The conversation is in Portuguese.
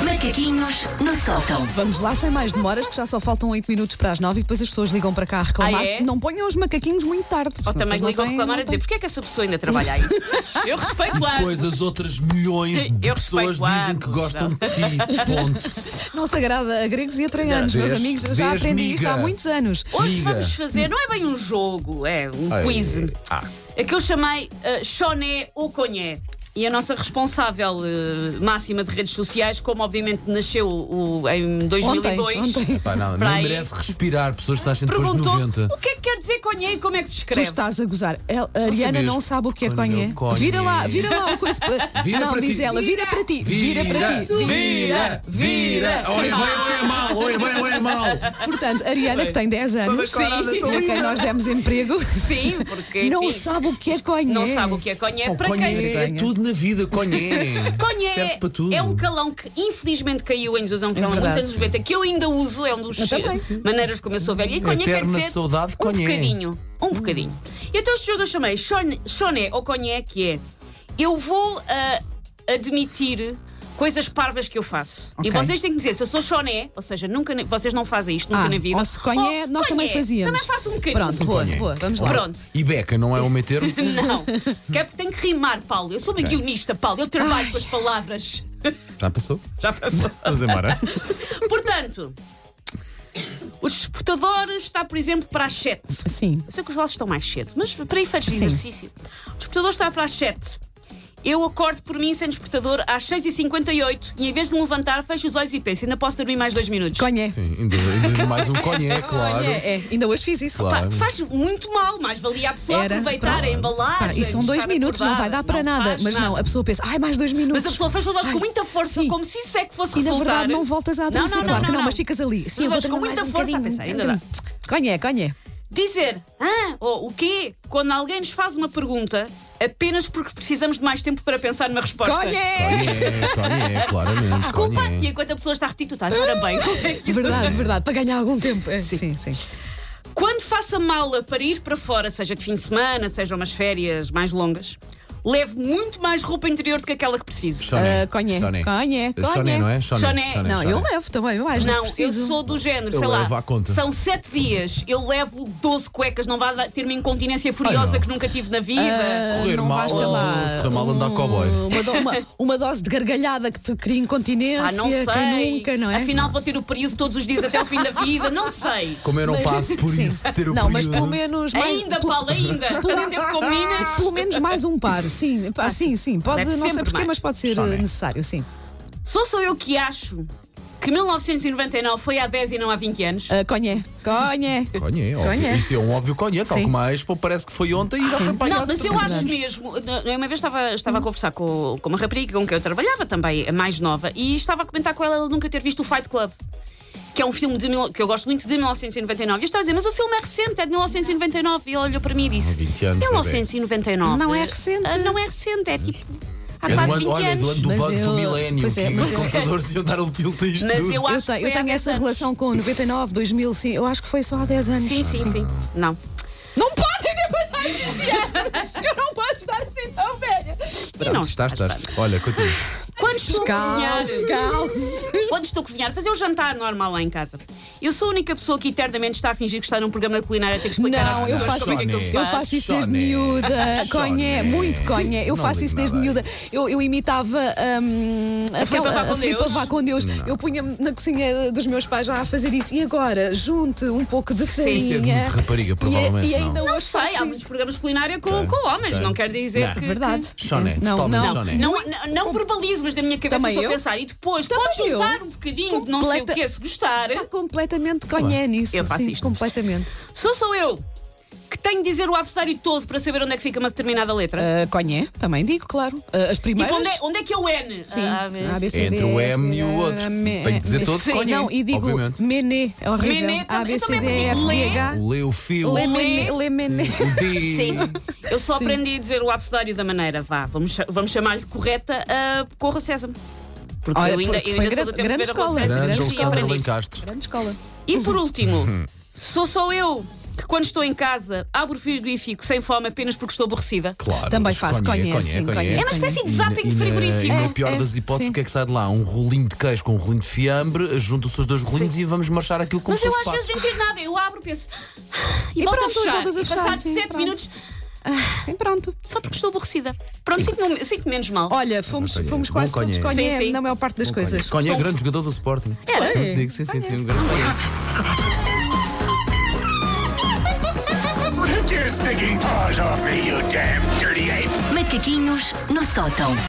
Macaquinhos no sótão. Vamos lá, sem mais demoras, que já só faltam 8 minutos para as 9 e depois as pessoas ligam para cá a reclamar. Ah, é? Não ponham os macaquinhos muito tarde. Ou também ligam a reclamar a dizer: porquê é que essa pessoa ainda trabalha aí? Eu respeito lá. Pois as outras milhões de Eu pessoas respeito dizem que árvores, gostam de não. ti. Ponto. Não se agrada a gregos e a troianos, meus Vês? amigos. Eu já Vês, aprendi isto miga? há muitos anos. Hoje Diga. vamos fazer, não é bem um jogo, é um Ai, quiz. ah. É que eu chamei uh, Choné ou Conhé. E a nossa responsável eh, máxima de redes sociais, como obviamente nasceu o- em 2002, ontem. Pá, não, Para não aí. merece respirar pessoas que nascem depois de perguntou 90. o que é que quer dizer Conhé e como é que se Tu escreve. estás a gozar. Ela- A Ariana sabias? não sabe o que é Conhe- conhe. conhe. Vira lá, vira lá o coisa. Vira não, para diz ti. ela, vira para ti. Vira, para ti. Vira, vira. Olha bem, olha mal, olha bem, olha mal. Portanto, a Ariana, que tem 10 anos, Toda corada, sim, estou a quem nós demos emprego, Sim, porque. não enfim, sabe o que é conhe. não sabe o que é Conhé. Oh, para Conhé. quem. É tudo na vida, conhé. Conhé Serve para tudo. é um calão que infelizmente caiu em desuso, é um calão dos verdade. anos 90, que eu ainda uso, é um dos Eu também. eh, maneiras como eu sou velha. E Conhé quer Eterna dizer saudade de um Conhé. bocadinho, um bocadinho. E então este jogo eu chamei Chone- Choné ou Conhé, que é eu vou ah, admitir coisas parvas que eu faço. Ok. E vocês têm que dizer se eu sou Choné, ou seja, nunca, na- vocês não fazem isto nunca Ah, na vida. ou se conhe, Ou nós também Conhé. fazíamos. Também faço um bocadinho. Pronto, boa, Conhe. boa, vamos lá. Pronto. E beca, não é o meu termo? Não, que é porque tem que rimar, Paulo. Eu sou uma guionista, Paulo. Eu trabalho Ai. com as palavras. Já passou? Já passou. Vamos embora. Portanto, o despertador está, por exemplo, para as 7. Sim. Eu sei que os vossos estão mais cedo, mas para efeitos de Sim. exercício, o despertador está para as 7. Eu acordo por mim sem despertador às 6h58 e em vez de me levantar, fecho os olhos e penso: ainda posso dormir mais dois minutos. Conhe. Sim, ainda, ainda mais um conhé, claro. Conhe, é. Ainda hoje fiz isso. Claro. Pá, faz muito mal, mais valia a pessoa Era, aproveitar pronto. a embalagem. Pá, e são dois estar minutos, não vai acordada. dar para Não nada. faz Mas não, a pessoa pensa, ai, mais dois minutos. Mas a pessoa fecha os olhos Ai, com muita força, sim. como se isso é que fosse E na resultar. verdade não voltas a adormecer, Não, não, não, claro que não, não, não. mas ficas ali. Os olhos com um muita força a pensar, ainda dá. Conhe, conhe. Dizer, ah, ou o quê? Quando alguém nos faz uma pergunta, apenas porque precisamos de mais tempo para pensar numa resposta. Conhe! Conhé, conhé, claramente. Desculpa, e Conhé. enquanto a pessoa está a repetir, tu estás, ora bem. como é que isso- Verdade, verdade, para ganhar algum tempo. É, Sim, sim. Quando faço a mala para ir para fora, seja de fim de semana, seja umas férias mais longas, levo muito mais roupa interior do que aquela que preciso. Choné. Ah, conhé, Choné. conhé, Choné, não é? Choné. Choné. Não, eu eh, choné. levo também, eu acho. Não, eu preciso. sou do género, Eu sei lá. levo à conta. São sete dias, eu levo 12 cuecas, não vai dar- ter uma incontinência furiosa não. que nunca tive na vida. Correr não mal, vais, sei lá, se correr mal, andar um- cowboy. Uma, do- uma, uma dose de gargalhada que te cria incontinência. Ah, não sei. Quem nunca, não é? Afinal, vou ter o período todos os dias até o fim da vida, não sei. Como eu não Mas- passo por sim. isso de ter o Não, mas período. pelo menos. Mais, ainda, pelo- Paulo, ainda. Mas tempo com minas. Ah, Pelo menos mais um par, sim. Pá, sim, sim. Pode, Deve não sei sempre é? porquê, mais. mas pode ser eh, Só, né? necessário, sim. Só sou eu que acho que 1999 foi há 10 e não há 20 anos. Ah, conhé, conhé. Conhé, óbvio. Conhé. Isso é um óbvio conhé, tal Sim. como a Expo parece que foi ontem e já foi para Não, aí mas eu há acho Verdade. mesmo. Eu uma vez estava, estava a conversar com, com uma rapariga com quem eu trabalhava também, a mais nova, e estava a comentar com ela ela nunca ter visto o Fight Club. Que é um filme de, mil- que eu gosto muito de 1999. E eu estava a dizer, mas o filme é recente, é de 1999. E ela olhou para mim e disse: 20 Ah, anos, 1999. Não é recente. Ah, não é recente, é tipo. Há É do quase ano- 20 olha, é do ano anos. do Mas bug eu- do milénio. pois é, que mas os eu- computadores iam dar o tilt a isto Mas tudo. eu acho Eu tenho, que foi eu tenho há essa 10 anos. relação com o 99, 2000, sim. Eu acho que foi só há 10 anos. Sim, sim, sim. Não. Não podem ter passado 15 anos! Eu não posso estar assim tão velha! E não Estás, estás, estás. Olha, continua. Quando estou a cozinhar, Calce, calce. quando estou a cozinhar, fazer o jantar normal lá em casa. Eu sou a única pessoa que eternamente está a fingir que está num programa de culinária a ter que explicar às Não, eu pessoas faço como é isso, que aquilo se eu faz. faço isso Choné. desde miúda. Choné. Conhé, muito conhé. Eu Não faço ligo isso desde nada a miúda. Eu, eu imitava hum, Filipa aquela Vá com a Filipa Deus. Vá com Deus. Eu punha-me na cozinha dos meus pais já a fazer isso. E agora, junte um pouco de Isso é de farinha. muito rapariga, provavelmente. eh, e, é- e ainda não. Não hoje sei, há faço muitos isso. É programas de culinária com, com homens, não quer dizer Não. que. Verdade. Choné, Não, totalmente não. é choné. Não, não, não verbalizo, mas da minha cabeça Também estou eu. a pensar. E depois, pode eu. juntar um bocadinho de não sei o Completa- Tá. que, se gostar. Está completamente conhé nisso. Eu faço sim, isto. completamente. Sou sou eu que tenho de dizer o abecedário todo para saber onde é que fica uma determinada letra. Ah, conhé, também digo, claro. Ah, as primeiras. tipo, onde é, onde é que é o N? Sim, Ah, A, B, C, É D, entre o M e o F, outro. M, Tem que dizer todo Sim, conhe, Não, e digo obviamente. mené, é horrível. Mené, A, B, eu C, também D, F, digo G, lê. H. O Leu Fio, Lê, o mené, lê, mené. D. Sim. Eu só aprendi a dizer o abecedário da maneira, vá, vamos, cha- vamos chamar-lhe correta ah, com o Rocésimo. Porque Olha, eu ainda, porque eu foi ainda sou do grande- tempo grande de ver escola, Uhum. a Rocésimo Grande Grande e aprendi Alexandre isso. Lencastre. Grande escola. E por último, sou só eu que quando estou em casa abro o frigorífico sem fome apenas porque estou aborrecida. Claro. Também mas faço, conhece, sim, conhece. É uma espécie de E na- zapping e de na- frigorífico. E na É, pior é, das hipóteses, sim. o que é que sai de lá? Um rolinho de queijo com um rolinho de fiambre, junto os seus dois rolinhos e vamos marchar aquilo como Mas se eu fosse às pato. vezes nem tiro nada, eu abro, penso. "Ah, E, E volto pronto, a e fechar. voltas a E fechar, passado sim, 7 pronto. Ah, minutos, E pronto. só porque estou aborrecida. Pronto, sinto-me- sinto-me menos mal. Olha, fomos, Não fomos quase conheço. Não todos conheço. conhece Sim, sim. na maior parte das coisas. Conhe é grande jogador do Sporting. Era? Eu Digo, sim, sim, sim. um grande- Take your stinking paws off me, you damn dirty ape! Macaquinhos no sótão.